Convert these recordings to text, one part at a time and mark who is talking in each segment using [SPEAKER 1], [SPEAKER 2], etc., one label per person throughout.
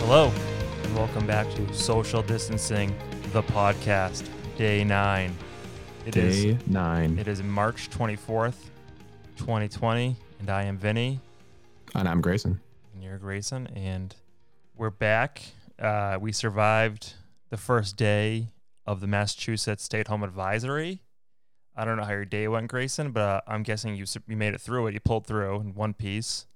[SPEAKER 1] Hello, and welcome back to Social Distancing, the podcast, day nine. It is.
[SPEAKER 2] Day nine.
[SPEAKER 1] It is March 24th, 2020, and I am Vinny,
[SPEAKER 2] and I'm Grayson.
[SPEAKER 1] and you're Grayson, and we're back. Uh, we survived the first day of the Massachusetts State Home Advisory. I don't know how your day went, Grayson, but uh, I'm guessing you, su- you made it through it. You pulled through in one piece.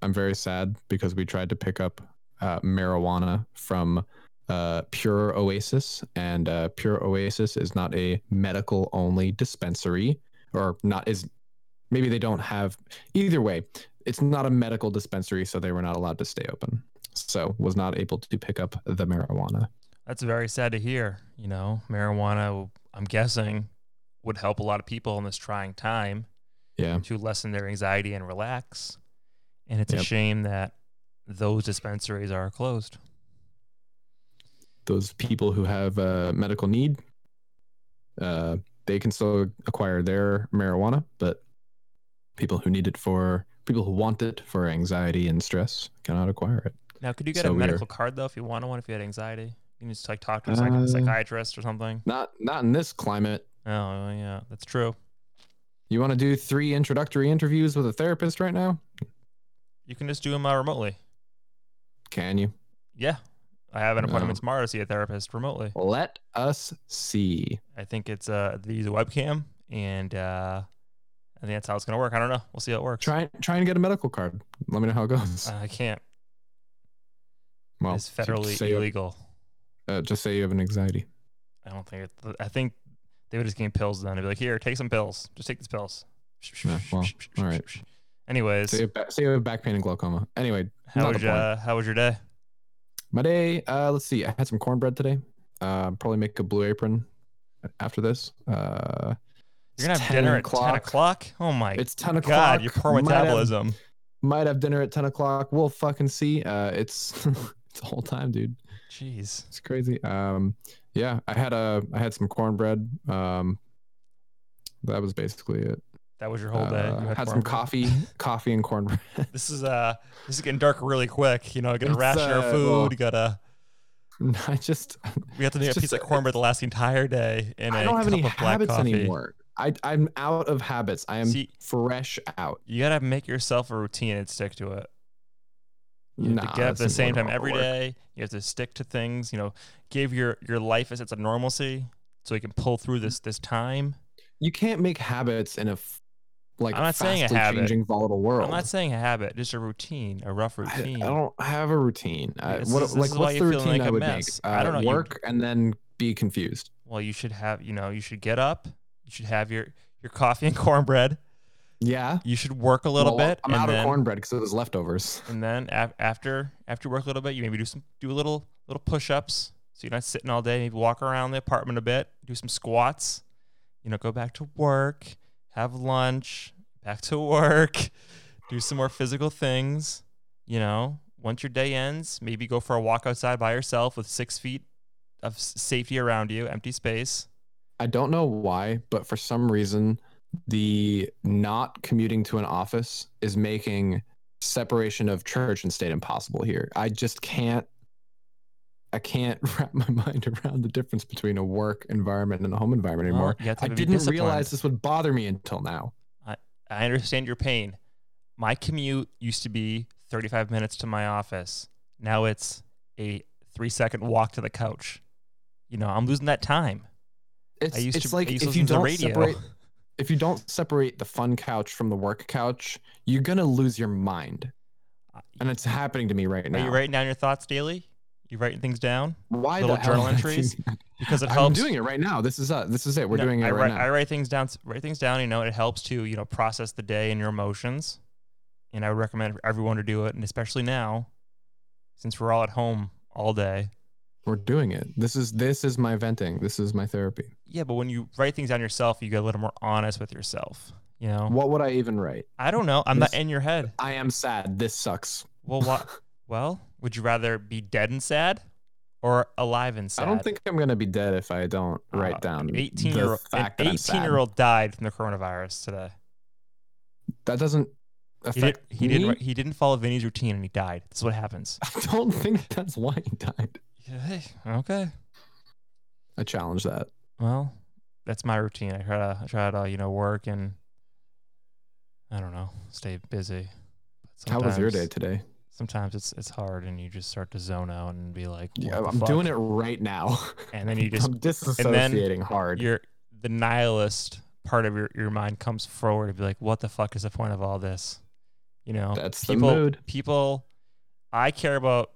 [SPEAKER 2] I'm very sad because we tried to pick up uh, marijuana from uh, Pure Oasis, and uh, Pure Oasis is not a medical only dispensary, or not is maybe they don't have either way. It's not a medical dispensary, so they were not allowed to stay open. So was not able to pick up the marijuana.
[SPEAKER 1] That's very sad to hear. You know, marijuana, I'm guessing, would help a lot of people in this trying time.
[SPEAKER 2] Yeah,
[SPEAKER 1] to lessen their anxiety and relax. And it's a
[SPEAKER 2] Yep.
[SPEAKER 1] shame that those dispensaries are closed.
[SPEAKER 2] those people who have a medical need, uh, they can still acquire their marijuana, but people who need it for people who want it for anxiety and stress cannot acquire it.
[SPEAKER 1] Now, could you get
[SPEAKER 2] So
[SPEAKER 1] a
[SPEAKER 2] we are-
[SPEAKER 1] medical card though if you wanted one? If you had anxiety, you can just like talk to a psych-
[SPEAKER 2] Uh,
[SPEAKER 1] psychiatrist or something.
[SPEAKER 2] Not not in this climate.
[SPEAKER 1] Oh, yeah, that's true.
[SPEAKER 2] You want to do three introductory interviews with a therapist right now?
[SPEAKER 1] You can just do them uh, remotely.
[SPEAKER 2] Can you?
[SPEAKER 1] Yeah, I have an appointment
[SPEAKER 2] Um,
[SPEAKER 1] tomorrow to see a therapist remotely.
[SPEAKER 2] Let us see.
[SPEAKER 1] I think it's uh, they use a webcam, and uh, I think that's how it's gonna work. I don't know. We'll see how it works.
[SPEAKER 2] Try try and get a medical card. Let me know how it goes.
[SPEAKER 1] Uh, I can't.
[SPEAKER 2] well,
[SPEAKER 1] it's federally
[SPEAKER 2] say,
[SPEAKER 1] illegal.
[SPEAKER 2] uh, just say you have an anxiety.
[SPEAKER 1] I don't think it, I think they would just give me pills then. I'd be like, here, take some pills. Just take these pills.
[SPEAKER 2] Yeah, well, all right.
[SPEAKER 1] Anyways,
[SPEAKER 2] Say you have, ba- say you have back pain and glaucoma. Anyway,
[SPEAKER 1] how
[SPEAKER 2] not
[SPEAKER 1] was
[SPEAKER 2] the point.
[SPEAKER 1] uh, how was your day?
[SPEAKER 2] My day, uh, let's see. I had some cornbread today. Uh, probably make a blue apron after this. Uh,
[SPEAKER 1] You're gonna
[SPEAKER 2] it's
[SPEAKER 1] have dinner at ten o'clock. Oh my
[SPEAKER 2] It's ten
[SPEAKER 1] god,
[SPEAKER 2] o'clock.
[SPEAKER 1] your poor
[SPEAKER 2] Might have-
[SPEAKER 1] metabolism.
[SPEAKER 2] Might have, dinner at ten o'clock. We'll fucking see. Uh, it's it's a whole time, dude.
[SPEAKER 1] Jeez,
[SPEAKER 2] It's crazy. Um, yeah, I had a I had some cornbread. Um, that was basically it.
[SPEAKER 1] that was your whole day.
[SPEAKER 2] Uh,
[SPEAKER 1] You
[SPEAKER 2] had some
[SPEAKER 1] cornbread.
[SPEAKER 2] coffee, coffee and cornbread.
[SPEAKER 1] This is uh, this is getting dark really quick. You know, gotta
[SPEAKER 2] It's,
[SPEAKER 1] ration our
[SPEAKER 2] uh,
[SPEAKER 1] food.
[SPEAKER 2] well-
[SPEAKER 1] you gotta
[SPEAKER 2] I just
[SPEAKER 1] we have to
[SPEAKER 2] it's
[SPEAKER 1] make a
[SPEAKER 2] just-
[SPEAKER 1] piece of cornbread the last entire day. And
[SPEAKER 2] I
[SPEAKER 1] a
[SPEAKER 2] don't have
[SPEAKER 1] cup
[SPEAKER 2] any
[SPEAKER 1] of black
[SPEAKER 2] habits
[SPEAKER 1] coffee.
[SPEAKER 2] anymore. I I'm out of habits. I am
[SPEAKER 1] See-
[SPEAKER 2] fresh out.
[SPEAKER 1] You gotta make yourself a routine and stick to it. You have
[SPEAKER 2] Nah,
[SPEAKER 1] to get up
[SPEAKER 2] that's
[SPEAKER 1] the same
[SPEAKER 2] not
[SPEAKER 1] time
[SPEAKER 2] gonna
[SPEAKER 1] every
[SPEAKER 2] work.
[SPEAKER 1] day. You have to stick to things. You know, give your your life a sense of normalcy so you can pull through this this time.
[SPEAKER 2] you can't make habits in a f- like
[SPEAKER 1] I'm not saying a
[SPEAKER 2] fastly
[SPEAKER 1] habit.
[SPEAKER 2] changing volatile world.
[SPEAKER 1] I'm not saying a habit, just a routine, a rough
[SPEAKER 2] I-
[SPEAKER 1] routine.
[SPEAKER 2] I, don't have a routine. I,
[SPEAKER 1] This
[SPEAKER 2] what,
[SPEAKER 1] is- this
[SPEAKER 2] like
[SPEAKER 1] is why
[SPEAKER 2] what's the
[SPEAKER 1] you're feeling
[SPEAKER 2] routine
[SPEAKER 1] like
[SPEAKER 2] I
[SPEAKER 1] a
[SPEAKER 2] would
[SPEAKER 1] mess.
[SPEAKER 2] make? Uh,
[SPEAKER 1] I don't know, you-
[SPEAKER 2] Work and then be confused.
[SPEAKER 1] well, you should have. You know, you should get up. You should have your your coffee and cornbread.
[SPEAKER 2] Yeah,
[SPEAKER 1] You should work a little
[SPEAKER 2] Well,
[SPEAKER 1] bit.
[SPEAKER 2] I'm
[SPEAKER 1] and
[SPEAKER 2] out
[SPEAKER 1] then,
[SPEAKER 2] of cornbread because it was leftovers.
[SPEAKER 1] And then af- after after you work a little bit, you maybe do some do a little little push ups so you're not sitting all day. Maybe walk around the apartment a bit, do some squats. You know, go back to work, have lunch, back to work, do some more physical things. You know, once your day ends, maybe go for a walk outside by yourself with six feet of s- safety around you, empty space.
[SPEAKER 2] I don't know why, but for some reason, the not commuting to an office is making separation of church and state impossible here. I just can't. I can't wrap my mind around the difference between a work environment and a home environment
[SPEAKER 1] Well,
[SPEAKER 2] anymore.
[SPEAKER 1] you have to
[SPEAKER 2] I
[SPEAKER 1] be
[SPEAKER 2] didn't
[SPEAKER 1] disciplined.
[SPEAKER 2] realize this would bother me until now.
[SPEAKER 1] I understand your pain. My commute used to be 35 minutes to my office. Now it's a three second walk to the couch. You know, I'm losing that time.
[SPEAKER 2] It's,
[SPEAKER 1] I used
[SPEAKER 2] it's
[SPEAKER 1] to,
[SPEAKER 2] like
[SPEAKER 1] I used to
[SPEAKER 2] if you
[SPEAKER 1] listen to the
[SPEAKER 2] don't
[SPEAKER 1] radio.
[SPEAKER 2] separate if you don't separate the fun couch from the work couch, you're gonna lose your mind. And it's happening to me right
[SPEAKER 1] Are
[SPEAKER 2] now.
[SPEAKER 1] you writing down your thoughts daily? You writing things down?
[SPEAKER 2] Why
[SPEAKER 1] Little
[SPEAKER 2] the hell
[SPEAKER 1] journal
[SPEAKER 2] am I doing
[SPEAKER 1] entries?
[SPEAKER 2] that?
[SPEAKER 1] Because it
[SPEAKER 2] I'm
[SPEAKER 1] helps.
[SPEAKER 2] doing it right now. This is us. This is it. We're
[SPEAKER 1] No,
[SPEAKER 2] doing it
[SPEAKER 1] I
[SPEAKER 2] right
[SPEAKER 1] write,
[SPEAKER 2] now.
[SPEAKER 1] I write things down. Write things down. You know, it helps to you know process the day and your emotions. And I would recommend for everyone to do it, and especially now, since we're all at home all day.
[SPEAKER 2] We're doing it. This is this is my venting. This is my therapy.
[SPEAKER 1] Yeah, but when you write things down yourself, you get a little more honest with yourself. You know,
[SPEAKER 2] What would I even write?
[SPEAKER 1] I don't know. I'm
[SPEAKER 2] This-
[SPEAKER 1] not in your head.
[SPEAKER 2] I am sad. This sucks.
[SPEAKER 1] Well, what? well, would you rather be dead and sad, or alive and sad?
[SPEAKER 2] I don't think I'm gonna be dead if I don't
[SPEAKER 1] Uh,
[SPEAKER 2] write down
[SPEAKER 1] an 18
[SPEAKER 2] the
[SPEAKER 1] year old. An
[SPEAKER 2] fact that I'm
[SPEAKER 1] 18
[SPEAKER 2] sad.
[SPEAKER 1] year old died from the coronavirus today.
[SPEAKER 2] That doesn't
[SPEAKER 1] He, did,
[SPEAKER 2] affect
[SPEAKER 1] he didn't.
[SPEAKER 2] me?
[SPEAKER 1] ri- He didn't follow Vinny's routine, and he died. That's what happens.
[SPEAKER 2] I don't think that's why he died.
[SPEAKER 1] Okay. Okay.
[SPEAKER 2] I challenge that.
[SPEAKER 1] Well, that's my routine. I try to. I try to. You know, work and. I don't know. Stay busy. But
[SPEAKER 2] How was your day
[SPEAKER 1] sometimes-
[SPEAKER 2] today?
[SPEAKER 1] Sometimes it's it's hard, and you just start to zone out and be like,
[SPEAKER 2] Yeah,
[SPEAKER 1] what
[SPEAKER 2] I'm
[SPEAKER 1] the
[SPEAKER 2] doing
[SPEAKER 1] fuck?
[SPEAKER 2] it right now.
[SPEAKER 1] And then you just
[SPEAKER 2] I'm disassociating hard.
[SPEAKER 1] your the nihilist part of your, your mind comes forward and be like, what the fuck is the point of all this? You know,
[SPEAKER 2] That's the
[SPEAKER 1] people,
[SPEAKER 2] mood.
[SPEAKER 1] people, I care about,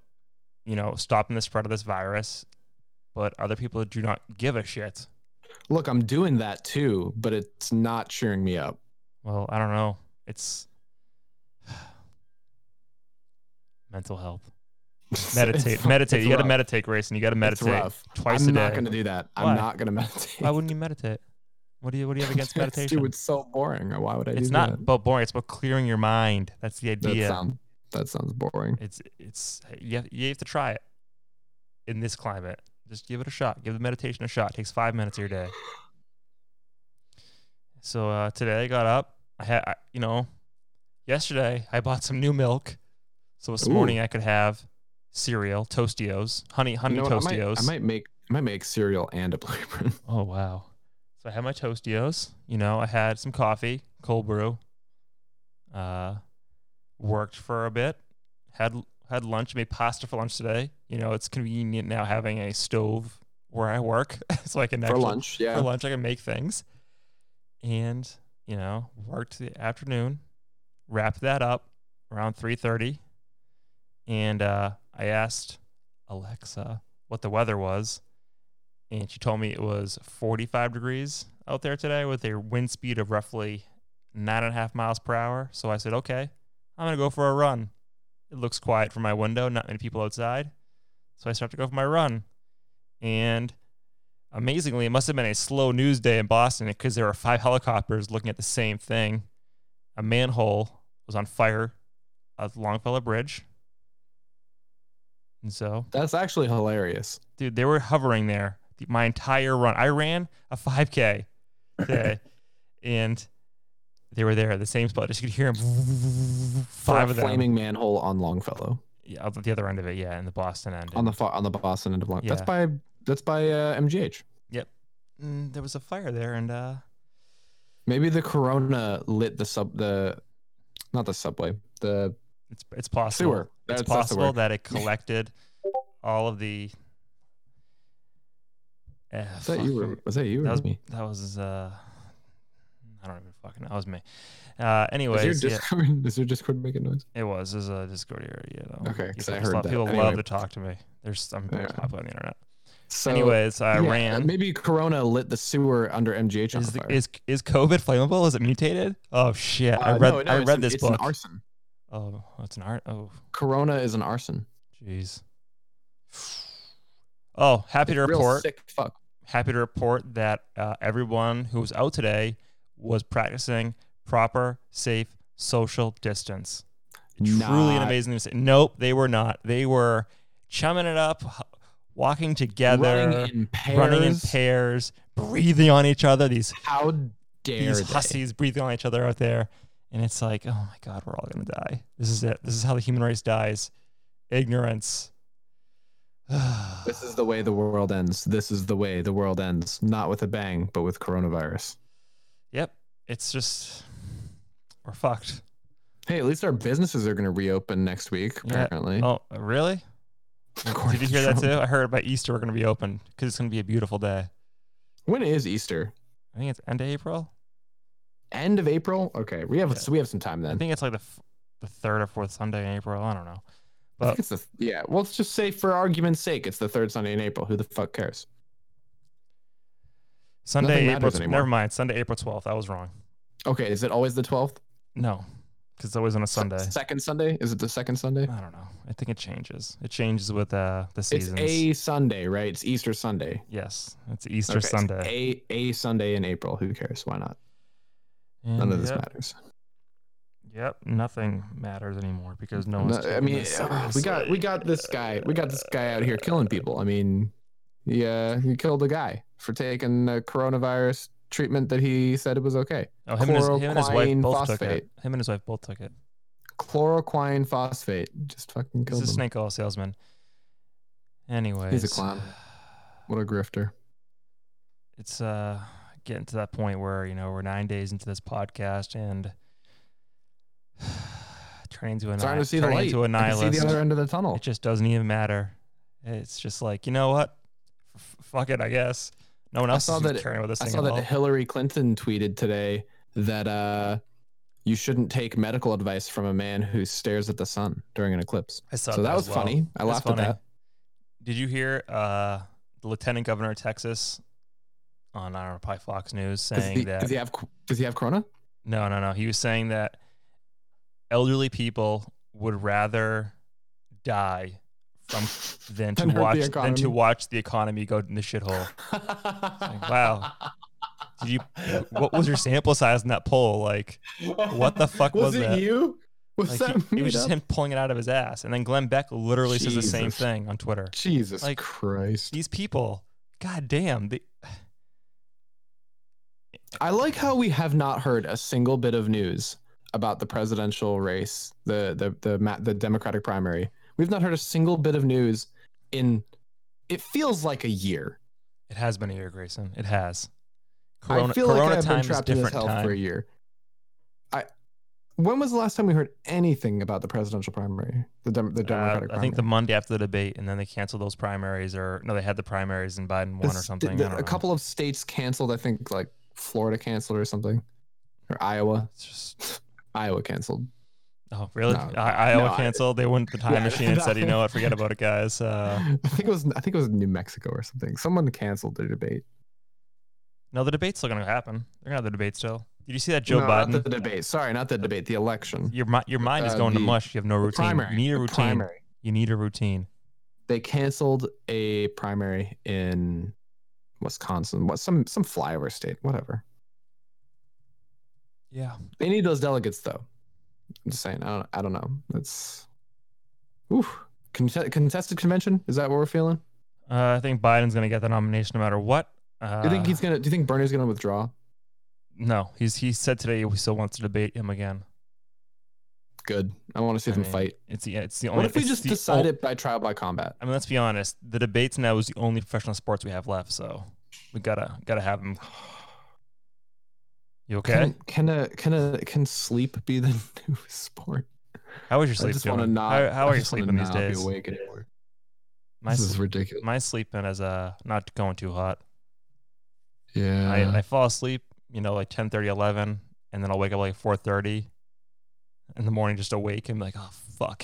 [SPEAKER 1] you know, stopping the spread of this virus, but other people do not give a shit.
[SPEAKER 2] Look, I'm doing that too, but it's not cheering me up.
[SPEAKER 1] Well, I don't know. It's mental health. Meditate,
[SPEAKER 2] It's-
[SPEAKER 1] meditate.
[SPEAKER 2] it's
[SPEAKER 1] You got to
[SPEAKER 2] rough.
[SPEAKER 1] meditate, Grayson. You got to
[SPEAKER 2] It's
[SPEAKER 1] meditate
[SPEAKER 2] rough.
[SPEAKER 1] twice
[SPEAKER 2] I'm
[SPEAKER 1] a
[SPEAKER 2] not
[SPEAKER 1] day.
[SPEAKER 2] going to do that.
[SPEAKER 1] Why?
[SPEAKER 2] I'm not going to meditate.
[SPEAKER 1] Why wouldn't you meditate? What do you What do you have against
[SPEAKER 2] Because,
[SPEAKER 1] meditation?
[SPEAKER 2] Dude, it's so boring. Why would I
[SPEAKER 1] it's
[SPEAKER 2] do
[SPEAKER 1] not
[SPEAKER 2] that?
[SPEAKER 1] about boring. It's about clearing your mind. That's the uh,
[SPEAKER 2] That,
[SPEAKER 1] idea.
[SPEAKER 2] sound, that sounds boring.
[SPEAKER 1] it's it's you have, you have to try it in this climate. Just give it a shot. Give the meditation a shot. It takes five minutes of your day. So uh, today I got up. I had I, you know, yesterday I bought some new milk, so this
[SPEAKER 2] Ooh.
[SPEAKER 1] morning I could have cereal, Tostios, honey honey
[SPEAKER 2] You know what, I,
[SPEAKER 1] Tostios.
[SPEAKER 2] might, I might make I might make cereal and a blueprint.
[SPEAKER 1] Oh wow! So I had my Tostios. You know, I had some coffee, cold brew. Uh, worked for a bit. Had had lunch. Made pasta for lunch today. You know, it's convenient now having a stove where I work, so I can
[SPEAKER 2] for
[SPEAKER 1] actually,
[SPEAKER 2] lunch. Yeah,
[SPEAKER 1] for lunch I can make things. And you know, worked the afternoon. Wrapped that up around three thirty, and uh, I asked Alexa what the weather was, and she told me it was 45 degrees out there today with a wind speed of roughly nine and a half miles per hour. So I said, okay, I'm gonna go for a run. It looks quiet from my window, not many people outside, so I start to go for my run, and amazingly, it must have been a slow news day in Boston because there were five helicopters looking at the same thing. A manhole was on fire at Longfellow Bridge. And so
[SPEAKER 2] that's actually hilarious.
[SPEAKER 1] dude, they were hovering there the, my entire run. I ran a 5K today, and they were there at the same spot. Just could hear them.
[SPEAKER 2] For
[SPEAKER 1] Five
[SPEAKER 2] a
[SPEAKER 1] of them.
[SPEAKER 2] flaming manhole on Longfellow
[SPEAKER 1] yeah, up at the other end of it, yeah, in the Boston end.
[SPEAKER 2] on the fa- on the Boston end of Longfellow.
[SPEAKER 1] Yeah.
[SPEAKER 2] That's by that's by uh, MGH.
[SPEAKER 1] Mm, there was a fire there, and uh,
[SPEAKER 2] Maybe the corona lit the sub the not the subway the
[SPEAKER 1] it's it's possible.
[SPEAKER 2] sewer.
[SPEAKER 1] It's
[SPEAKER 2] That's, that's the
[SPEAKER 1] possible
[SPEAKER 2] word.
[SPEAKER 1] that it collected all of the. Eh,
[SPEAKER 2] Was that
[SPEAKER 1] fuck.
[SPEAKER 2] you? Or, was that you? Or
[SPEAKER 1] That was
[SPEAKER 2] me?
[SPEAKER 1] That was uh, I don't even fucking. That was me. Uh, anyways,
[SPEAKER 2] Is your
[SPEAKER 1] yeah.
[SPEAKER 2] Discord? Does your Discord make a noise?
[SPEAKER 1] It was. It was a Discord area. You know.
[SPEAKER 2] Okay, 'cause I
[SPEAKER 1] People-
[SPEAKER 2] heard that.
[SPEAKER 1] People love
[SPEAKER 2] Anyway.
[SPEAKER 1] to talk to me. There's I'm
[SPEAKER 2] Yeah.
[SPEAKER 1] popular on the internet.
[SPEAKER 2] So
[SPEAKER 1] Anyways, I
[SPEAKER 2] yeah,
[SPEAKER 1] ran.
[SPEAKER 2] Maybe Corona lit the sewer under MGH on
[SPEAKER 1] Is, the-
[SPEAKER 2] fire.
[SPEAKER 1] is is COVID flammable? Is it mutated? Oh shit! I
[SPEAKER 2] Uh,
[SPEAKER 1] read
[SPEAKER 2] no, no,
[SPEAKER 1] I
[SPEAKER 2] it's
[SPEAKER 1] read
[SPEAKER 2] an-
[SPEAKER 1] this
[SPEAKER 2] it's
[SPEAKER 1] book.
[SPEAKER 2] An arson.
[SPEAKER 1] oh, it's an art. Oh,
[SPEAKER 2] Corona is an arson.
[SPEAKER 1] jeez. Oh, happy to
[SPEAKER 2] Real
[SPEAKER 1] report.
[SPEAKER 2] sick fuck.
[SPEAKER 1] Happy to report that uh, everyone who was out today was practicing proper, safe social distance. truly an
[SPEAKER 2] Not
[SPEAKER 1] amazing mistake. Nope, they were not. They were chumming it up, h- walking together,
[SPEAKER 2] Running in pairs.
[SPEAKER 1] running in pairs, breathing on each other. These
[SPEAKER 2] How dare
[SPEAKER 1] these
[SPEAKER 2] they?
[SPEAKER 1] hussies breathing on each other out there, and it's like, oh my god, we're all gonna die. This is it. This is how the human race dies. Ignorance.
[SPEAKER 2] This is the way the world ends. This is the way the world ends. Not with a bang, but with coronavirus.
[SPEAKER 1] yep. It's just we're fucked.
[SPEAKER 2] Hey, at least our businesses are going to reopen next week,
[SPEAKER 1] Yeah.
[SPEAKER 2] apparently.
[SPEAKER 1] Oh, really?
[SPEAKER 2] According
[SPEAKER 1] Did you
[SPEAKER 2] to
[SPEAKER 1] hear that
[SPEAKER 2] Trump.
[SPEAKER 1] too? I heard by Easter we're gonna be open because it's gonna be a beautiful day.
[SPEAKER 2] When is Easter?
[SPEAKER 1] I think it's end of April.
[SPEAKER 2] End of April? Okay, we have
[SPEAKER 1] Yeah.
[SPEAKER 2] so we have some time
[SPEAKER 1] I
[SPEAKER 2] then.
[SPEAKER 1] think it's like the f- the third or fourth Sunday in April. I don't know.
[SPEAKER 2] I
[SPEAKER 1] uh,
[SPEAKER 2] think it's the yeah. Well, let's just say for argument's sake, it's the third Sunday in April. Who the fuck cares?
[SPEAKER 1] Sunday, April.
[SPEAKER 2] matters
[SPEAKER 1] tw-
[SPEAKER 2] anymore.
[SPEAKER 1] Never mind. Sunday, April twelfth. I was wrong.
[SPEAKER 2] Okay, is it always the twelfth?
[SPEAKER 1] No, because it's always on a Sunday. Uh,
[SPEAKER 2] Second Sunday? Is it the second Sunday?
[SPEAKER 1] I don't know. I think it changes. It changes with uh, the
[SPEAKER 2] It's
[SPEAKER 1] seasons.
[SPEAKER 2] a Sunday, right? It's Easter Sunday.
[SPEAKER 1] yes, it's Easter
[SPEAKER 2] Okay, it's
[SPEAKER 1] Sunday.
[SPEAKER 2] A a Sunday in April. Who cares? Why not?
[SPEAKER 1] And
[SPEAKER 2] None of this
[SPEAKER 1] yep,
[SPEAKER 2] matters.
[SPEAKER 1] Yep, nothing matters anymore because no one's.
[SPEAKER 2] No, I
[SPEAKER 1] taking
[SPEAKER 2] mean,
[SPEAKER 1] this
[SPEAKER 2] uh, we got
[SPEAKER 1] seriously.
[SPEAKER 2] we got this guy. We got this guy out here killing people. I mean, yeah, he killed a guy for taking a coronavirus treatment that he said it was okay.
[SPEAKER 1] Oh, him and his, him and his wife
[SPEAKER 2] chloroquine
[SPEAKER 1] both took it.
[SPEAKER 2] phosphate.
[SPEAKER 1] Him and his wife both took it.
[SPEAKER 2] chloroquine phosphate. Just fucking kill
[SPEAKER 1] He's a
[SPEAKER 2] them.
[SPEAKER 1] snake oil salesman. Anyways,
[SPEAKER 2] He's a clown. What a grifter.
[SPEAKER 1] It's uh getting to that point where you know we're nine days into this podcast and turning into a
[SPEAKER 2] Starting to see the
[SPEAKER 1] turning
[SPEAKER 2] light.
[SPEAKER 1] into a
[SPEAKER 2] I can see
[SPEAKER 1] nihilist.
[SPEAKER 2] the other end of the tunnel.
[SPEAKER 1] It just doesn't even matter. It's just like you know what, F- fuck it, I guess. No one
[SPEAKER 2] I
[SPEAKER 1] else
[SPEAKER 2] saw
[SPEAKER 1] is
[SPEAKER 2] that-
[SPEAKER 1] caring about this
[SPEAKER 2] I
[SPEAKER 1] thing
[SPEAKER 2] saw
[SPEAKER 1] at
[SPEAKER 2] that
[SPEAKER 1] all.
[SPEAKER 2] Hillary Clinton tweeted today that uh, you shouldn't take medical advice from a man who stares at the sun during an eclipse.
[SPEAKER 1] I saw
[SPEAKER 2] So that
[SPEAKER 1] as
[SPEAKER 2] was
[SPEAKER 1] well.
[SPEAKER 2] funny. I
[SPEAKER 1] That's
[SPEAKER 2] laughed
[SPEAKER 1] funny.
[SPEAKER 2] at that.
[SPEAKER 1] Did you hear uh, the lieutenant governor of Texas on I don't know probably Fox News
[SPEAKER 2] Does
[SPEAKER 1] saying
[SPEAKER 2] he,
[SPEAKER 1] that
[SPEAKER 2] does he have co- does he have corona?
[SPEAKER 1] No, no, no. He was saying that elderly people would rather die from than to
[SPEAKER 2] Than hurt the
[SPEAKER 1] watch than
[SPEAKER 2] economy.
[SPEAKER 1] to watch the economy go in the shithole. wow. Did you? What was your sample size in that poll? Like, what the fuck was,
[SPEAKER 2] was it
[SPEAKER 1] that?
[SPEAKER 2] you? Was
[SPEAKER 1] Like,
[SPEAKER 2] that
[SPEAKER 1] he-
[SPEAKER 2] me?
[SPEAKER 1] it was just him pulling it out of his ass. And then Glenn Beck literally says the same
[SPEAKER 2] Jesus.
[SPEAKER 1] thing on Twitter.
[SPEAKER 2] Jesus
[SPEAKER 1] Like-
[SPEAKER 2] Christ.
[SPEAKER 1] These people, god damn, they,
[SPEAKER 2] I like how we have not heard a single bit of news about the presidential race, the the the ma- the Democratic primary. We've not heard a single bit of news in it feels like a year.
[SPEAKER 1] it has been a year, Grayson. It has.
[SPEAKER 2] I feel like I've been
[SPEAKER 1] time is
[SPEAKER 2] trapped in this
[SPEAKER 1] different
[SPEAKER 2] hell
[SPEAKER 1] time.
[SPEAKER 2] for a year. I when was the last time we heard anything about the presidential primary, the Dem-
[SPEAKER 1] Uh,
[SPEAKER 2] the Democratic
[SPEAKER 1] I
[SPEAKER 2] primary?
[SPEAKER 1] think the Monday after the debate, and then they canceled those primaries, or no, they had the primaries and Biden won
[SPEAKER 2] The
[SPEAKER 1] or
[SPEAKER 2] st-
[SPEAKER 1] something.
[SPEAKER 2] the-
[SPEAKER 1] I don't
[SPEAKER 2] a
[SPEAKER 1] know.
[SPEAKER 2] couple of states canceled. I think like Florida canceled or something, or Iowa.
[SPEAKER 1] It's just
[SPEAKER 2] Iowa canceled.
[SPEAKER 1] oh really?
[SPEAKER 2] No.
[SPEAKER 1] I, Iowa
[SPEAKER 2] No, I-
[SPEAKER 1] canceled. They went to the time
[SPEAKER 2] Yeah,
[SPEAKER 1] machine and said, you
[SPEAKER 2] that-
[SPEAKER 1] know what? Forget about it, guys. Uh,
[SPEAKER 2] I think it was I think it was New Mexico or something. Someone canceled their debate.
[SPEAKER 1] no, the debate's still gonna happen. They're gonna have the debate still. Did you see that Joe
[SPEAKER 2] no,
[SPEAKER 1] Biden?
[SPEAKER 2] Not the debate. Sorry, not the debate. The election.
[SPEAKER 1] Your mi- your mind is
[SPEAKER 2] Uh,
[SPEAKER 1] going to
[SPEAKER 2] the-
[SPEAKER 1] mush. You have no
[SPEAKER 2] The
[SPEAKER 1] routine.
[SPEAKER 2] primary.
[SPEAKER 1] You need a
[SPEAKER 2] the
[SPEAKER 1] routine.
[SPEAKER 2] Primary.
[SPEAKER 1] You need a routine.
[SPEAKER 2] They canceled a primary in Wisconsin. What some some flyover state. Whatever.
[SPEAKER 1] Yeah.
[SPEAKER 2] They need those delegates though. I'm just saying. I don't. I don't know. That's. Ooh. Conte- contested convention. Is that what we're feeling?
[SPEAKER 1] Uh, I think Biden's gonna get the nomination no matter what. Uh,
[SPEAKER 2] Do you think he's gonna? Do you think Bernie's gonna withdraw?
[SPEAKER 1] no, he's he said today he still wants to debate him again.
[SPEAKER 2] Good. I want to see
[SPEAKER 1] I
[SPEAKER 2] them
[SPEAKER 1] mean,
[SPEAKER 2] fight.
[SPEAKER 1] It's the it's the only.
[SPEAKER 2] What if we
[SPEAKER 1] it's
[SPEAKER 2] just
[SPEAKER 1] the
[SPEAKER 2] decide it by trial by combat?
[SPEAKER 1] I mean, let's be honest. The debates now is the only professional sports we have left, so we gotta gotta have them. You okay?
[SPEAKER 2] Can can a, can a, can sleep be the new sport?
[SPEAKER 1] How is your sleep
[SPEAKER 2] I just
[SPEAKER 1] doing?
[SPEAKER 2] want to not.
[SPEAKER 1] how how
[SPEAKER 2] I
[SPEAKER 1] are you
[SPEAKER 2] just wanna
[SPEAKER 1] sleeping these
[SPEAKER 2] not be
[SPEAKER 1] days?
[SPEAKER 2] awake anymore.
[SPEAKER 1] My
[SPEAKER 2] this
[SPEAKER 1] s-
[SPEAKER 2] is ridiculous.
[SPEAKER 1] my sleeping is uh not going too hot.
[SPEAKER 2] Yeah.
[SPEAKER 1] I, I fall asleep, you know, like 10, 11, and then I'll wake up like four thirty in the morning, just awake and be like, oh fuck.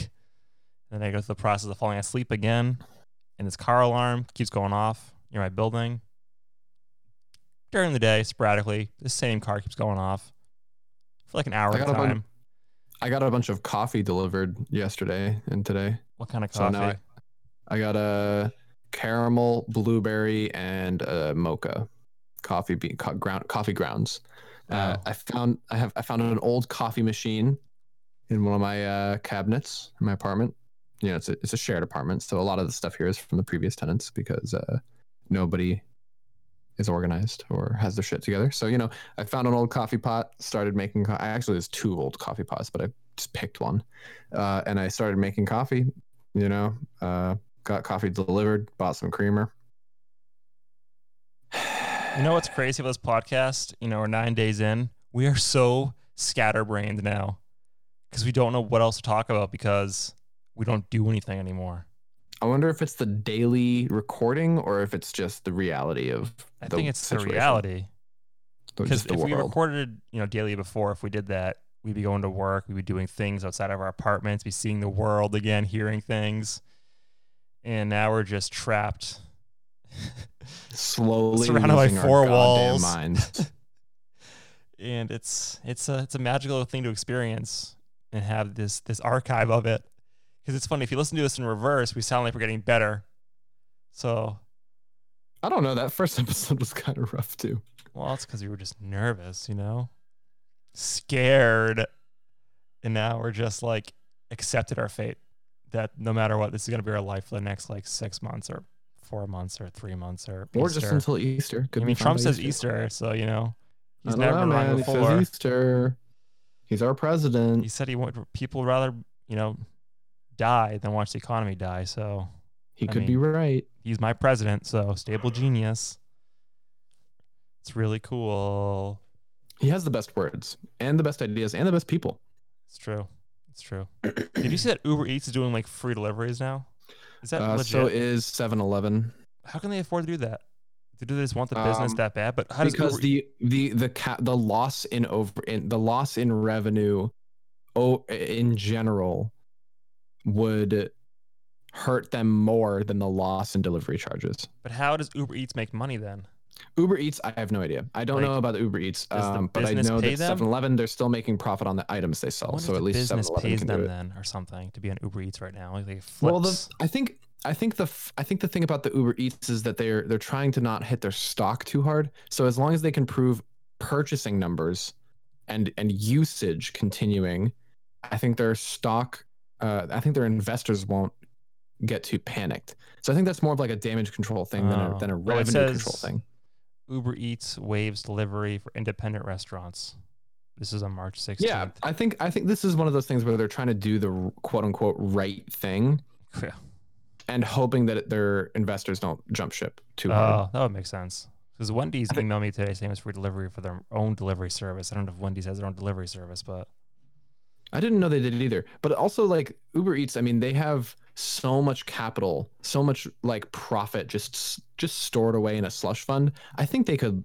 [SPEAKER 1] And then I go through the process of falling asleep again, and this car alarm keeps going off near my building. During the day, sporadically, the same car keeps going off for like an hour
[SPEAKER 2] I
[SPEAKER 1] at a
[SPEAKER 2] got a bunch-
[SPEAKER 1] time.
[SPEAKER 2] I got a bunch of coffee delivered yesterday and today.
[SPEAKER 1] What kind of
[SPEAKER 2] So
[SPEAKER 1] coffee?
[SPEAKER 2] now I got a caramel, blueberry, and a mocha coffee bean co- ground coffee grounds. Uh,
[SPEAKER 1] Wow.
[SPEAKER 2] I found I have I found an old coffee machine in one of my uh, cabinets in my apartment. You know, it's a it's a shared apartment, so a lot of the stuff here is from the previous tenants because uh, nobody is organized or has their shit together. So you know, I found an old coffee pot, started making. Co- I actually there's two old coffee pots, but I just picked one, uh, and I started making coffee. You know, uh, got coffee delivered, bought some creamer.
[SPEAKER 1] You know what's crazy about this podcast? You know, we're nine days in. We are so scatterbrained now because we don't know what else to talk about because we don't do anything anymore.
[SPEAKER 2] I wonder if it's the daily recording or if it's just the reality of
[SPEAKER 1] I
[SPEAKER 2] the
[SPEAKER 1] think it's
[SPEAKER 2] situation,
[SPEAKER 1] the reality
[SPEAKER 2] the-
[SPEAKER 1] because
[SPEAKER 2] just the
[SPEAKER 1] if we
[SPEAKER 2] world.
[SPEAKER 1] recorded, you know, daily before, if we did that, we'd be going to work, we'd be doing things outside of our apartments, be seeing the world again, hearing things, and now we're just trapped.
[SPEAKER 2] slowly
[SPEAKER 1] surrounded by
[SPEAKER 2] losing our
[SPEAKER 1] four
[SPEAKER 2] goddamn
[SPEAKER 1] walls.
[SPEAKER 2] minds.
[SPEAKER 1] and it's it's a it's a magical thing to experience and have this this archive of it because it's funny if you listen to this in reverse we sound like we're getting better so
[SPEAKER 2] I don't know. That first episode was kind of rough too.
[SPEAKER 1] well it's because we were just nervous you know scared and now we're just like accepted our fate that no matter what this is going to be our life for the next like six months or four months or three months or,
[SPEAKER 2] Or
[SPEAKER 1] Easter.
[SPEAKER 2] just until Easter. Could
[SPEAKER 1] i
[SPEAKER 2] be
[SPEAKER 1] mean
[SPEAKER 2] found
[SPEAKER 1] trump
[SPEAKER 2] by
[SPEAKER 1] says easter. so you know
[SPEAKER 2] I
[SPEAKER 1] he's
[SPEAKER 2] don't
[SPEAKER 1] never
[SPEAKER 2] know,
[SPEAKER 1] been wrong
[SPEAKER 2] man. He says
[SPEAKER 1] before
[SPEAKER 2] Easter. He's our president.
[SPEAKER 1] He said he would people rather you know die than watch the economy die. So
[SPEAKER 2] he
[SPEAKER 1] I
[SPEAKER 2] could be
[SPEAKER 1] mean-
[SPEAKER 2] right.
[SPEAKER 1] he's my president. So stable genius. It's really cool.
[SPEAKER 2] He has the best words and the best ideas and the best people.
[SPEAKER 1] It's true. It's true. Did you see that Uber Eats is doing like free deliveries now? Is that
[SPEAKER 2] Uh,
[SPEAKER 1] legit?
[SPEAKER 2] so is 7 Eleven.
[SPEAKER 1] how can they afford to do that? Do they just want the business
[SPEAKER 2] Um,
[SPEAKER 1] that bad? But how does
[SPEAKER 2] because
[SPEAKER 1] Uber-
[SPEAKER 2] the the the ca- the loss in over in the loss in revenue oh in general would hurt them more than the loss in delivery charges
[SPEAKER 1] but how does Uber Eats make money then?
[SPEAKER 2] uber eats i have no idea i don't
[SPEAKER 1] Like,
[SPEAKER 2] know about uber eats
[SPEAKER 1] does the
[SPEAKER 2] um, but i
[SPEAKER 1] business
[SPEAKER 2] know
[SPEAKER 1] pay
[SPEAKER 2] that
[SPEAKER 1] them?
[SPEAKER 2] 7-eleven they're still making profit on the items they sell
[SPEAKER 1] wonder
[SPEAKER 2] Oh, so
[SPEAKER 1] if
[SPEAKER 2] at
[SPEAKER 1] the
[SPEAKER 2] least
[SPEAKER 1] business
[SPEAKER 2] 7-eleven
[SPEAKER 1] pays
[SPEAKER 2] can
[SPEAKER 1] them
[SPEAKER 2] do it
[SPEAKER 1] then or something to be on Uber Eats right now. Like they flips.
[SPEAKER 2] well the, i think i think the f- i think the thing about the uber eats is that they're they're trying to not hit their stock too hard so as long as they can prove purchasing numbers and and usage continuing i think their stock uh, i think their investors won't get too panicked so i think that's more of like a damage control thing than
[SPEAKER 1] Oh.
[SPEAKER 2] a, than a
[SPEAKER 1] Well, it
[SPEAKER 2] revenue control
[SPEAKER 1] says-
[SPEAKER 2] thing
[SPEAKER 1] Uber Eats waives delivery for independent restaurants. This is on March 16th.
[SPEAKER 2] yeah i think i think this is one of those things where they're trying to do the quote unquote right thing
[SPEAKER 1] Yeah.
[SPEAKER 2] and hoping that their investors don't jump ship too hard
[SPEAKER 1] Oh, that would make sense. Because Wendy's
[SPEAKER 2] I think-
[SPEAKER 1] emailed me today saying it was free delivery for their own delivery service. I don't know if Wendy's has their own delivery service, but
[SPEAKER 2] I didn't know they did it either. But also like Uber Eats, I mean, they have so much capital, so much like profit just just stored away in a slush fund. I think they could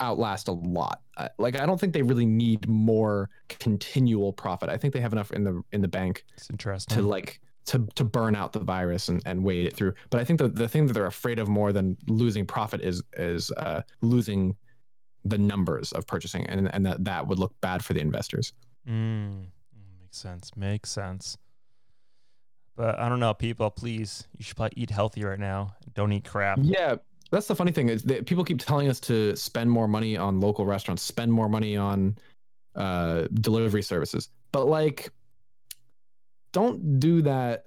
[SPEAKER 2] outlast a lot. I- Like I don't think they really need more continual profit. I think they have enough in the in the bank
[SPEAKER 1] it's interesting.
[SPEAKER 2] to like to to burn out the virus and and wade it through. But I think the the thing that they're afraid of more than losing profit is is uh losing the numbers of purchasing and and that that would look bad for the investors.
[SPEAKER 1] Mm, mm, makes sense. Makes sense. But I don't know, people. Please, you should probably eat healthy right now. Don't eat crap.
[SPEAKER 2] Yeah, that's the funny thing is that people keep telling us to spend more money on local restaurants, spend more money on uh, delivery services, but like, don't do that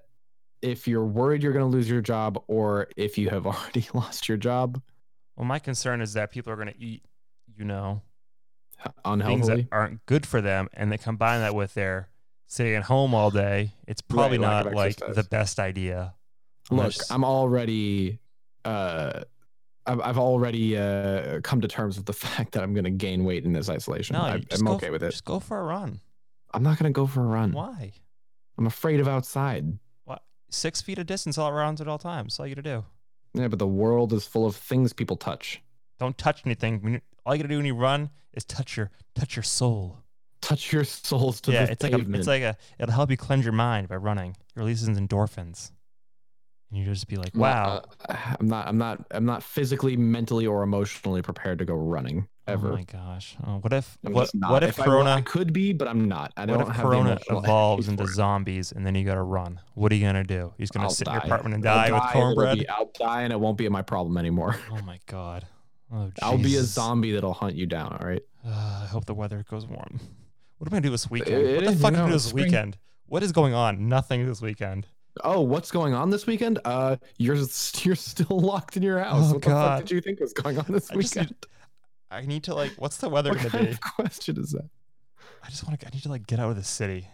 [SPEAKER 2] if you're worried you're going to lose your job or if you have already lost your job
[SPEAKER 1] Well, my concern is that people are going to eat, you know, things
[SPEAKER 2] unhealthily.
[SPEAKER 1] that aren't good for them, and they combine that with their sitting at home all day. It's probably
[SPEAKER 2] Right, lack
[SPEAKER 1] not
[SPEAKER 2] of
[SPEAKER 1] like
[SPEAKER 2] exercise.
[SPEAKER 1] the best idea.
[SPEAKER 2] Look,
[SPEAKER 1] Unless-
[SPEAKER 2] I'm already. Uh, I've I've already uh, come to terms with the fact that I'm going to gain weight in this isolation.
[SPEAKER 1] no, you
[SPEAKER 2] I,
[SPEAKER 1] just
[SPEAKER 2] I'm
[SPEAKER 1] go
[SPEAKER 2] okay
[SPEAKER 1] f-
[SPEAKER 2] with it.
[SPEAKER 1] Just go for a run.
[SPEAKER 2] I'm not going to go for a run.
[SPEAKER 1] Why?
[SPEAKER 2] I'm afraid of outside.
[SPEAKER 1] Six feet of distance all around at all times. That's all you got to do.
[SPEAKER 2] Yeah, but the world is full of things people touch.
[SPEAKER 1] Don't touch anything. When you- All you got to do when you run is touch your touch your soul.
[SPEAKER 2] Touch your souls to
[SPEAKER 1] yeah,
[SPEAKER 2] the
[SPEAKER 1] it's
[SPEAKER 2] pavement.
[SPEAKER 1] like a, it's like a it'll help you cleanse your mind by running. It releases endorphins, and you just be like,
[SPEAKER 2] I'm
[SPEAKER 1] wow,
[SPEAKER 2] not- uh, I'm not. I'm not. I'm not physically, mentally, or emotionally prepared to go running ever.
[SPEAKER 1] oh my gosh, oh, what if
[SPEAKER 2] I'm
[SPEAKER 1] what
[SPEAKER 2] just not.
[SPEAKER 1] what if,
[SPEAKER 2] I- I,
[SPEAKER 1] Corona
[SPEAKER 2] could be, but I'm not. I
[SPEAKER 1] what
[SPEAKER 2] don't
[SPEAKER 1] if
[SPEAKER 2] have
[SPEAKER 1] Corona
[SPEAKER 2] the emotional
[SPEAKER 1] evolves
[SPEAKER 2] energy
[SPEAKER 1] into
[SPEAKER 2] for it.
[SPEAKER 1] zombies and then you got to run? What are you gonna do? He's gonna
[SPEAKER 2] I'll
[SPEAKER 1] sit in your
[SPEAKER 2] die.
[SPEAKER 1] apartment and
[SPEAKER 2] I'll
[SPEAKER 1] die, with
[SPEAKER 2] it'll
[SPEAKER 1] cornbread.
[SPEAKER 2] be- I'll die, and it won't be my problem anymore.
[SPEAKER 1] oh my god, oh,
[SPEAKER 2] I'll be a
[SPEAKER 1] Jesus.
[SPEAKER 2] zombie that'll hunt you down. All right.
[SPEAKER 1] Ugh, I hope the weather goes warm. What am I gonna do this weekend?
[SPEAKER 2] it
[SPEAKER 1] what the
[SPEAKER 2] is, you
[SPEAKER 1] fuck am I
[SPEAKER 2] know,
[SPEAKER 1] gonna do
[SPEAKER 2] it's
[SPEAKER 1] this
[SPEAKER 2] spring.
[SPEAKER 1] weekend? What is going on? Nothing this weekend.
[SPEAKER 2] Oh, what's going on this weekend? Uh, you're you're still locked in your house.
[SPEAKER 1] Oh,
[SPEAKER 2] what the
[SPEAKER 1] God.
[SPEAKER 2] fuck did you think was going on this
[SPEAKER 1] I just
[SPEAKER 2] weekend?
[SPEAKER 1] need- I need to like, what's the weather
[SPEAKER 2] What
[SPEAKER 1] gonna
[SPEAKER 2] kind
[SPEAKER 1] be?
[SPEAKER 2] of question is that?
[SPEAKER 1] I just want to. I need to like get out of the city.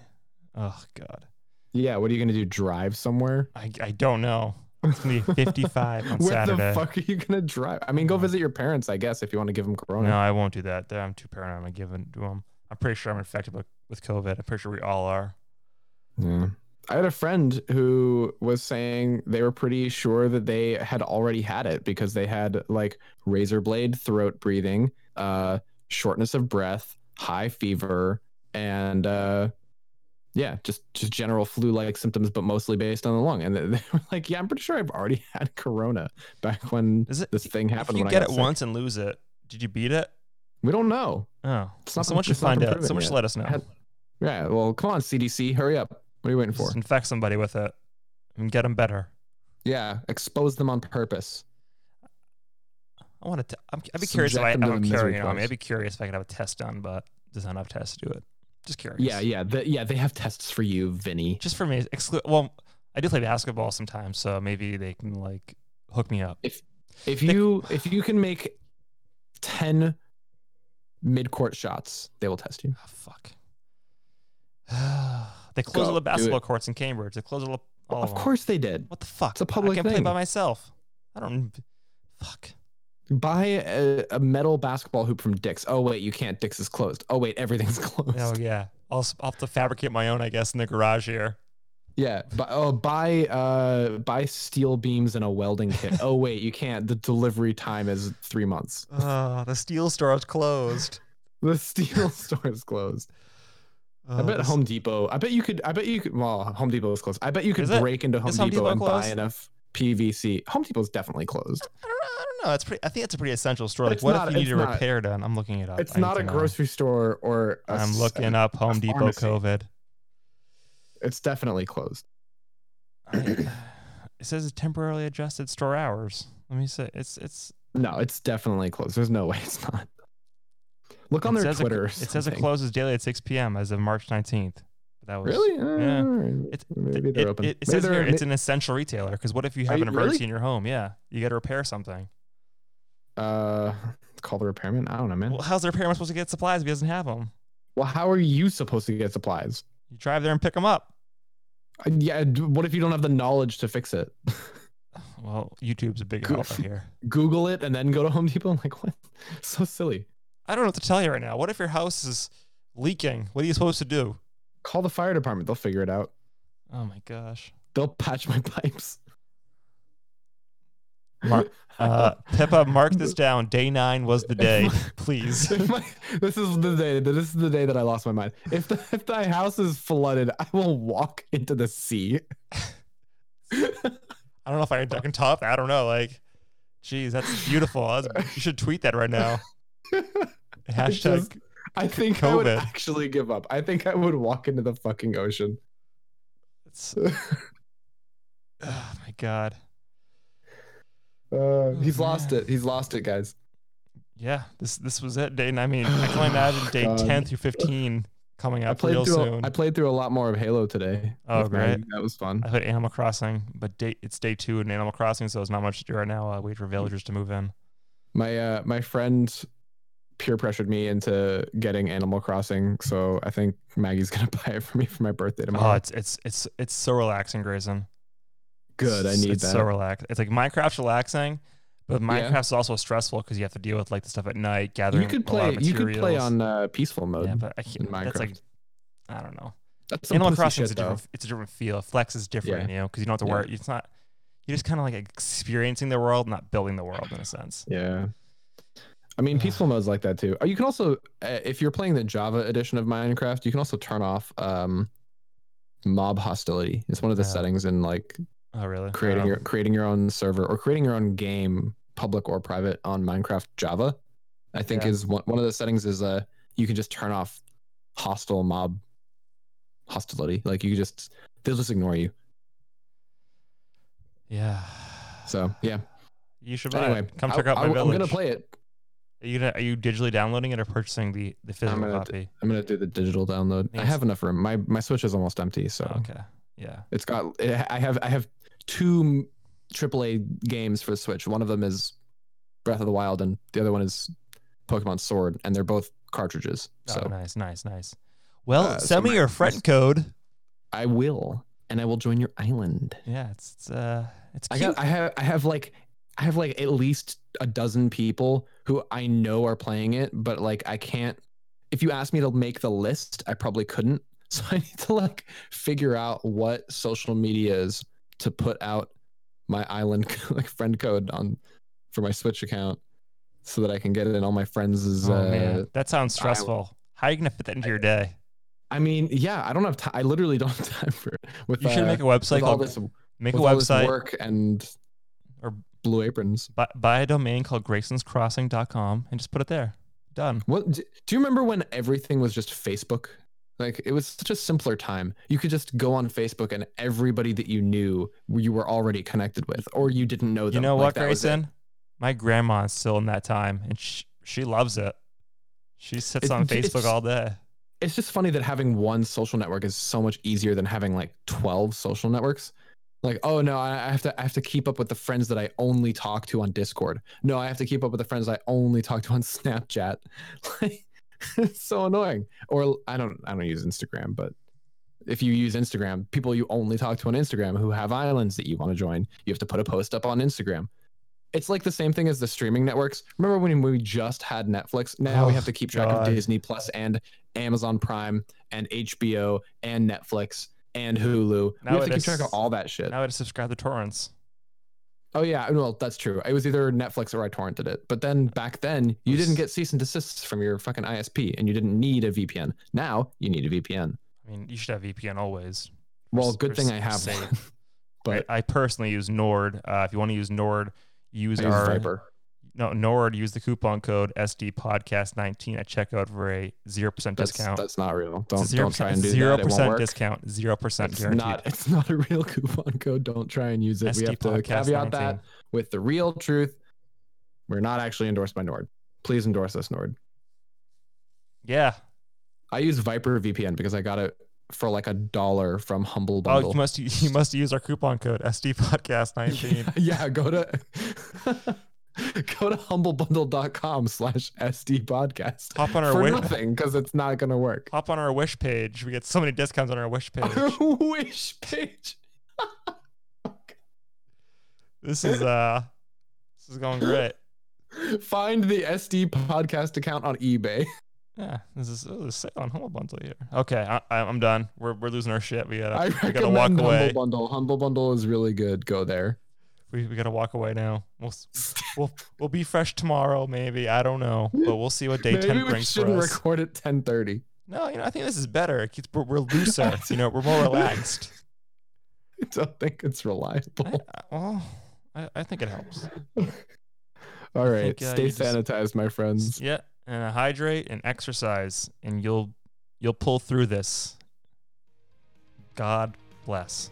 [SPEAKER 1] Oh God,
[SPEAKER 2] Yeah, what are you gonna do? Drive somewhere?
[SPEAKER 1] I I don't know. It's gonna be 55 on
[SPEAKER 2] Where
[SPEAKER 1] Saturday.
[SPEAKER 2] the fuck are you gonna drive? I mean, go visit your parents, I guess, if you want to give them Corona.
[SPEAKER 1] No, I won't do that. I'm too paranoid. I'm gonna give it to them. I'm pretty sure I'm infected with, with COVID. I'm pretty sure we all are.
[SPEAKER 2] Yeah. I had a friend who was saying they were pretty sure that they had already had it because they had like razor blade throat breathing, uh, shortness of breath, high fever, and uh, yeah, just just general flu-like symptoms, but mostly based on the lung. And they they were like, "Yeah, I'm pretty sure I've already had corona back when
[SPEAKER 1] Is it?
[SPEAKER 2] this thing
[SPEAKER 1] If
[SPEAKER 2] happened."
[SPEAKER 1] you
[SPEAKER 2] when I
[SPEAKER 1] get
[SPEAKER 2] got
[SPEAKER 1] it
[SPEAKER 2] sick."
[SPEAKER 1] once and lose it, did you beat it?
[SPEAKER 2] we don't know.
[SPEAKER 1] Oh,
[SPEAKER 2] It's
[SPEAKER 1] well,
[SPEAKER 2] not-
[SPEAKER 1] someone should
[SPEAKER 2] it's not
[SPEAKER 1] find
[SPEAKER 2] been
[SPEAKER 1] out.
[SPEAKER 2] proven
[SPEAKER 1] Someone should
[SPEAKER 2] yet.
[SPEAKER 1] let us know.
[SPEAKER 2] I had- Yeah, well, come on, CDC, hurry up. What are you waiting for?
[SPEAKER 1] Just infect somebody with it and get them better.
[SPEAKER 2] Yeah, expose them on purpose.
[SPEAKER 1] I want to. I'm, I'd be curious if
[SPEAKER 2] Subject
[SPEAKER 1] I,
[SPEAKER 2] them to
[SPEAKER 1] I'm
[SPEAKER 2] the misery
[SPEAKER 1] carrying it on me.
[SPEAKER 2] twice.
[SPEAKER 1] I'd be curious if I could have a test done, but there's not enough tests to do it. Just curious.
[SPEAKER 2] Yeah, yeah, the, yeah. They have tests for you, Vinny.
[SPEAKER 1] just for me, exclu- well, I do play basketball sometimes, so maybe they can like hook me up.
[SPEAKER 2] If
[SPEAKER 1] They-
[SPEAKER 2] you if you can make ten mid court shots, they will test you.
[SPEAKER 1] Ah, fuck. they closed
[SPEAKER 2] Go,
[SPEAKER 1] all
[SPEAKER 2] do
[SPEAKER 1] the
[SPEAKER 2] it.
[SPEAKER 1] basketball courts in Cambridge. They closed all, the- all
[SPEAKER 2] of
[SPEAKER 1] them.
[SPEAKER 2] course they did.
[SPEAKER 1] What the fuck?
[SPEAKER 2] It's a public
[SPEAKER 1] I can play
[SPEAKER 2] thing.
[SPEAKER 1] by myself. I don't. Fuck.
[SPEAKER 2] Buy a, a metal basketball hoop from Dick's. Oh wait, you can't. Dick's is closed. Oh wait, everything's closed.
[SPEAKER 1] Oh yeah. I'll, s- I'll have to fabricate my own, I guess, in the garage here.
[SPEAKER 2] Yeah. Buy, oh, buy uh buy steel beams and a welding kit. oh wait, you can't. The delivery time is three months.
[SPEAKER 1] Uh, the steel store is closed.
[SPEAKER 2] The steel store is closed. I
[SPEAKER 1] Uh,
[SPEAKER 2] bet
[SPEAKER 1] this-
[SPEAKER 2] Home Depot. I bet you could. I bet you could. Well, Home Depot is closed. I bet you could
[SPEAKER 1] Is it?
[SPEAKER 2] break into Home
[SPEAKER 1] Is
[SPEAKER 2] Depot,
[SPEAKER 1] Home Depot
[SPEAKER 2] and buy
[SPEAKER 1] closed?
[SPEAKER 2] enough PVC. Home Depot's definitely closed.
[SPEAKER 1] I don't, I don't know. That's pretty. I think it's a pretty essential store. Like,
[SPEAKER 2] It's
[SPEAKER 1] what
[SPEAKER 2] not-
[SPEAKER 1] if you need
[SPEAKER 2] it's
[SPEAKER 1] a
[SPEAKER 2] not-
[SPEAKER 1] repair done? I'm looking it up.
[SPEAKER 2] it's
[SPEAKER 1] I need
[SPEAKER 2] not
[SPEAKER 1] to
[SPEAKER 2] a
[SPEAKER 1] know.
[SPEAKER 2] grocery store or. i
[SPEAKER 1] I'm looking up Home Depot
[SPEAKER 2] pharmacy.
[SPEAKER 1] COVID.
[SPEAKER 2] It's definitely closed.
[SPEAKER 1] it says it temporarily adjusted store hours. Let me say it's it's
[SPEAKER 2] No, it's definitely closed. There's no way it's not. Look on
[SPEAKER 1] it
[SPEAKER 2] their
[SPEAKER 1] says it-
[SPEAKER 2] Twitter. or
[SPEAKER 1] It, says it
[SPEAKER 2] something.
[SPEAKER 1] closes daily at 6 p.m. as of March 19th. That was
[SPEAKER 2] Really? Uh,
[SPEAKER 1] Yeah.
[SPEAKER 2] alright.
[SPEAKER 1] It's-
[SPEAKER 2] maybe
[SPEAKER 1] It,
[SPEAKER 2] they're
[SPEAKER 1] it-
[SPEAKER 2] open.
[SPEAKER 1] it
[SPEAKER 2] Maybe
[SPEAKER 1] says
[SPEAKER 2] they're-
[SPEAKER 1] here it's
[SPEAKER 2] may-
[SPEAKER 1] an essential retailer because what if you have
[SPEAKER 2] Are
[SPEAKER 1] an
[SPEAKER 2] you- really?
[SPEAKER 1] emergency in your home? Yeah, you got to repair something.
[SPEAKER 2] uh, call the repairman. I don't know, man.
[SPEAKER 1] Well, how's the repairman supposed to get supplies if he doesn't have them?
[SPEAKER 2] Well, how are you supposed to get supplies?
[SPEAKER 1] You drive there and pick them up.
[SPEAKER 2] Uh, Yeah. d- What if you don't have the knowledge to fix it?
[SPEAKER 1] Well, YouTube's a big
[SPEAKER 2] Good.
[SPEAKER 1] help out here.
[SPEAKER 2] Google it and then go to Home Depot. I'm like, what? So silly.
[SPEAKER 1] I don't know what to tell you right now. What if your house is leaking? What are you supposed to do?
[SPEAKER 2] Call the fire department. They'll figure it out.
[SPEAKER 1] Oh my gosh.
[SPEAKER 2] They'll patch my pipes.
[SPEAKER 1] Mark- Uh, Pippa, mark this down. Day nine was the day. Please.
[SPEAKER 2] If my- this is the day. This is the day that I lost my mind. If the, if my house is flooded, I will walk into the sea.
[SPEAKER 1] I don't know if I can, I can top that. I don't know. Like, geez, that's beautiful. That's- you should tweet that right now.
[SPEAKER 2] just-
[SPEAKER 1] Hashtag.
[SPEAKER 2] I think I would
[SPEAKER 1] COVID.
[SPEAKER 2] actually give up. I think I would walk into the fucking ocean.
[SPEAKER 1] it's- oh my god.
[SPEAKER 2] Uh, he's lost
[SPEAKER 1] man.
[SPEAKER 2] it. He's lost it, guys.
[SPEAKER 1] Yeah, this this was it. Day. I mean, I can only imagine day
[SPEAKER 2] God.
[SPEAKER 1] ten through fifteen coming
[SPEAKER 2] I
[SPEAKER 1] up
[SPEAKER 2] played
[SPEAKER 1] real
[SPEAKER 2] through.
[SPEAKER 1] soon.
[SPEAKER 2] I
[SPEAKER 1] I,
[SPEAKER 2] played through a lot more of Halo today.
[SPEAKER 1] Oh,
[SPEAKER 2] with Maggie.
[SPEAKER 1] great.
[SPEAKER 2] That was fun.
[SPEAKER 1] played Animal Crossing, but day it's day two in Animal Crossing, so there's not much to do right now. Uh, wait
[SPEAKER 2] Mm.
[SPEAKER 1] for villagers to move in.
[SPEAKER 2] My uh, my friend peer pressured me into getting Animal Crossing, so I think Maggie's gonna buy it for me for my birthday
[SPEAKER 1] Oh,
[SPEAKER 2] tomorrow.
[SPEAKER 1] it's it's it's it's so relaxing, Grayson.
[SPEAKER 2] Good, I
[SPEAKER 1] It's-
[SPEAKER 2] need
[SPEAKER 1] it's
[SPEAKER 2] that.
[SPEAKER 1] so relaxed. It's like Minecraft's relaxing, but
[SPEAKER 2] Yeah.
[SPEAKER 1] Minecraft's also stressful because you have to deal with like the stuff at night, gathering.
[SPEAKER 2] you could
[SPEAKER 1] A lot
[SPEAKER 2] play.
[SPEAKER 1] of
[SPEAKER 2] You could play
[SPEAKER 1] materials.
[SPEAKER 2] on uh, peaceful mode.
[SPEAKER 1] Yeah, but I can't,
[SPEAKER 2] in
[SPEAKER 1] that's like
[SPEAKER 2] Minecraft.
[SPEAKER 1] I don't know.
[SPEAKER 2] That's some
[SPEAKER 1] Animal
[SPEAKER 2] pussy
[SPEAKER 1] Crossing is a
[SPEAKER 2] shit, though.
[SPEAKER 1] different. It's a different feel. Flex is different, you know, because you don't have to
[SPEAKER 2] Yeah.
[SPEAKER 1] worry. It's not. You're just kind of like experiencing the world, not building the world in a sense.
[SPEAKER 2] Yeah. I mean,
[SPEAKER 1] Ugh.
[SPEAKER 2] peaceful mode's like that too. Uh, You can also, uh, if you're playing the Java edition of Minecraft, you can also turn off um, mob hostility. It's one of the
[SPEAKER 1] Yeah.
[SPEAKER 2] settings in like
[SPEAKER 1] Oh, really?
[SPEAKER 2] creating
[SPEAKER 1] Um,
[SPEAKER 2] your creating your own server or creating your own game, public or private, on Minecraft Java. I think
[SPEAKER 1] Yeah.
[SPEAKER 2] is one one of the settings is uh you can just turn off hostile mob hostility. Like you just they'll just ignore you.
[SPEAKER 1] Yeah.
[SPEAKER 2] So yeah.
[SPEAKER 1] you should buy
[SPEAKER 2] Anyway,
[SPEAKER 1] it. Come
[SPEAKER 2] I-
[SPEAKER 1] check out my
[SPEAKER 2] I,
[SPEAKER 1] village.
[SPEAKER 2] I'm gonna play it.
[SPEAKER 1] Are you gonna, are you digitally downloading it or purchasing the the physical
[SPEAKER 2] gonna d-
[SPEAKER 1] copy?
[SPEAKER 2] I'm gonna do the digital download. I
[SPEAKER 1] Yes.
[SPEAKER 2] have enough room. My my Switch is almost empty, so
[SPEAKER 1] Okay. Yeah.
[SPEAKER 2] it's got. It, I have I have two AAA games for the Switch. One of them is Breath of the Wild, and the other one is Pokemon Sword, and they're both cartridges. So
[SPEAKER 1] oh, nice, nice, nice. Well,
[SPEAKER 2] Uh, so
[SPEAKER 1] send me
[SPEAKER 2] my-
[SPEAKER 1] your friend code.
[SPEAKER 2] I will, and I will join your island.
[SPEAKER 1] Yeah, it's, it's uh, it's
[SPEAKER 2] I
[SPEAKER 1] cute.
[SPEAKER 2] got. I have. I have like. I have like at least a dozen people who I know are playing it, but like I can't. If you asked me to make the list, I probably couldn't. So I need to like figure out what social medias to put out my island like friend code on for my Switch account, so that I can get it in all my friends'
[SPEAKER 1] oh
[SPEAKER 2] uh,
[SPEAKER 1] man, that sounds
[SPEAKER 2] I w-
[SPEAKER 1] stressful. How are you gonna fit that into your day?
[SPEAKER 2] I mean, yeah, I don't have time. I literally don't have time for it. With
[SPEAKER 1] You should
[SPEAKER 2] uh,
[SPEAKER 1] make a website
[SPEAKER 2] with all
[SPEAKER 1] called
[SPEAKER 2] this
[SPEAKER 1] make a
[SPEAKER 2] with all this
[SPEAKER 1] website
[SPEAKER 2] work and
[SPEAKER 1] Or-
[SPEAKER 2] blue aprons.
[SPEAKER 1] buy, buy a domain called graysonscrossing.com and just put it there. Done.
[SPEAKER 2] What d- do you remember when everything was just Facebook? Like it was such a simpler time. You could just go on Facebook and everybody that you knew you were already connected with, or you didn't know them.
[SPEAKER 1] You know
[SPEAKER 2] Like,
[SPEAKER 1] what,
[SPEAKER 2] that was it.
[SPEAKER 1] Grayson? My grandma's still in that time and she, she loves it. She sits
[SPEAKER 2] It-
[SPEAKER 1] on
[SPEAKER 2] it's-
[SPEAKER 1] Facebook all day.
[SPEAKER 2] It's just funny that having one social network is so much easier than having like twelve social networks. Like, oh no, I I have to I have to keep up with the friends that I only talk to on Discord. No, I have to keep up with the friends I only talk to on Snapchat. Like, it's so annoying. Or I don't I don't use Instagram, but if you use Instagram, people you only talk to on Instagram who have islands that you want to join, you have to put a post up on Instagram. It's like the same thing as the streaming networks. Remember when we just had Netflix? Now we
[SPEAKER 1] Oh,
[SPEAKER 2] have to keep track
[SPEAKER 1] God.
[SPEAKER 2] of Disney Plus and Amazon Prime and HBO and Netflix and Hulu.
[SPEAKER 1] Now
[SPEAKER 2] we have
[SPEAKER 1] it
[SPEAKER 2] to keep
[SPEAKER 1] is-
[SPEAKER 2] track of all that shit.
[SPEAKER 1] Now I had to subscribe to torrents.
[SPEAKER 2] Oh yeah, well that's true. It was either Netflix or I torrented it. But then back then, you
[SPEAKER 1] Oops.
[SPEAKER 2] didn't get cease and desists from your fucking ISP, and you didn't need a VPN. Now you need a VPN.
[SPEAKER 1] I mean, you should have VPN always.
[SPEAKER 2] Well,
[SPEAKER 1] s- for
[SPEAKER 2] good thing
[SPEAKER 1] s-
[SPEAKER 2] I have
[SPEAKER 1] safe.
[SPEAKER 2] one. but
[SPEAKER 1] I, I personally use Nord. Uh, if you want to use Nord, use
[SPEAKER 2] I use
[SPEAKER 1] our
[SPEAKER 2] Viper.
[SPEAKER 1] no Nord. Use the coupon code SD Podcast 19 at checkout for a zero percent
[SPEAKER 2] That's,
[SPEAKER 1] discount.
[SPEAKER 2] that's not real.
[SPEAKER 1] It's a
[SPEAKER 2] Don't, don't try and do that. It won't
[SPEAKER 1] 0%
[SPEAKER 2] work.
[SPEAKER 1] discount. Zero percent
[SPEAKER 2] It's
[SPEAKER 1] guaranteed.
[SPEAKER 2] not. It's not a real coupon code. Don't try and use it. we
[SPEAKER 1] SD
[SPEAKER 2] have to
[SPEAKER 1] Podcast 19.
[SPEAKER 2] caveat that with the real truth. We're not actually endorsed by Nord. Please endorse us, Nord.
[SPEAKER 1] Yeah.
[SPEAKER 2] I use Viper VPN because I got it for like a dollar from Humble
[SPEAKER 1] Oh,
[SPEAKER 2] Bundle.
[SPEAKER 1] you must you must use our coupon code SD Podcast 19.
[SPEAKER 2] yeah go to go to humblebundle.com slash sd podcast
[SPEAKER 1] Hop on our
[SPEAKER 2] for
[SPEAKER 1] wi-
[SPEAKER 2] nothing because it's not gonna work
[SPEAKER 1] hop on our wish page. We get so many discounts on our wish page.
[SPEAKER 2] our wish page
[SPEAKER 1] this is uh this is going great.
[SPEAKER 2] find the sd podcast account on ebay
[SPEAKER 1] Yeah, this is oh, the sale on Humble Bundle here. Okay, I, I- I'm done. We're, we're losing our shit. We
[SPEAKER 2] i
[SPEAKER 1] gotta we gotta
[SPEAKER 2] recommend
[SPEAKER 1] walk
[SPEAKER 2] humble
[SPEAKER 1] away.
[SPEAKER 2] bundle humble bundle is really good go there
[SPEAKER 1] We, we gotta walk away now. We'll s- we'll we'll be fresh tomorrow, maybe. I don't know, but we'll see what day
[SPEAKER 2] maybe
[SPEAKER 1] ten
[SPEAKER 2] we
[SPEAKER 1] brings for
[SPEAKER 2] shouldn't
[SPEAKER 1] us.
[SPEAKER 2] record at 10.30
[SPEAKER 1] no, you know I think this is better. It keeps, we're, we're looser. you know, we're more relaxed.
[SPEAKER 2] i don't think it's
[SPEAKER 1] I,
[SPEAKER 2] reliable
[SPEAKER 1] I- well, I, I think it helps.
[SPEAKER 2] all right
[SPEAKER 1] think, uh,
[SPEAKER 2] stay
[SPEAKER 1] you just-
[SPEAKER 2] sanitized my friends
[SPEAKER 1] Yeah, and uh, hydrate and exercise, and you'll you'll pull through this. God bless.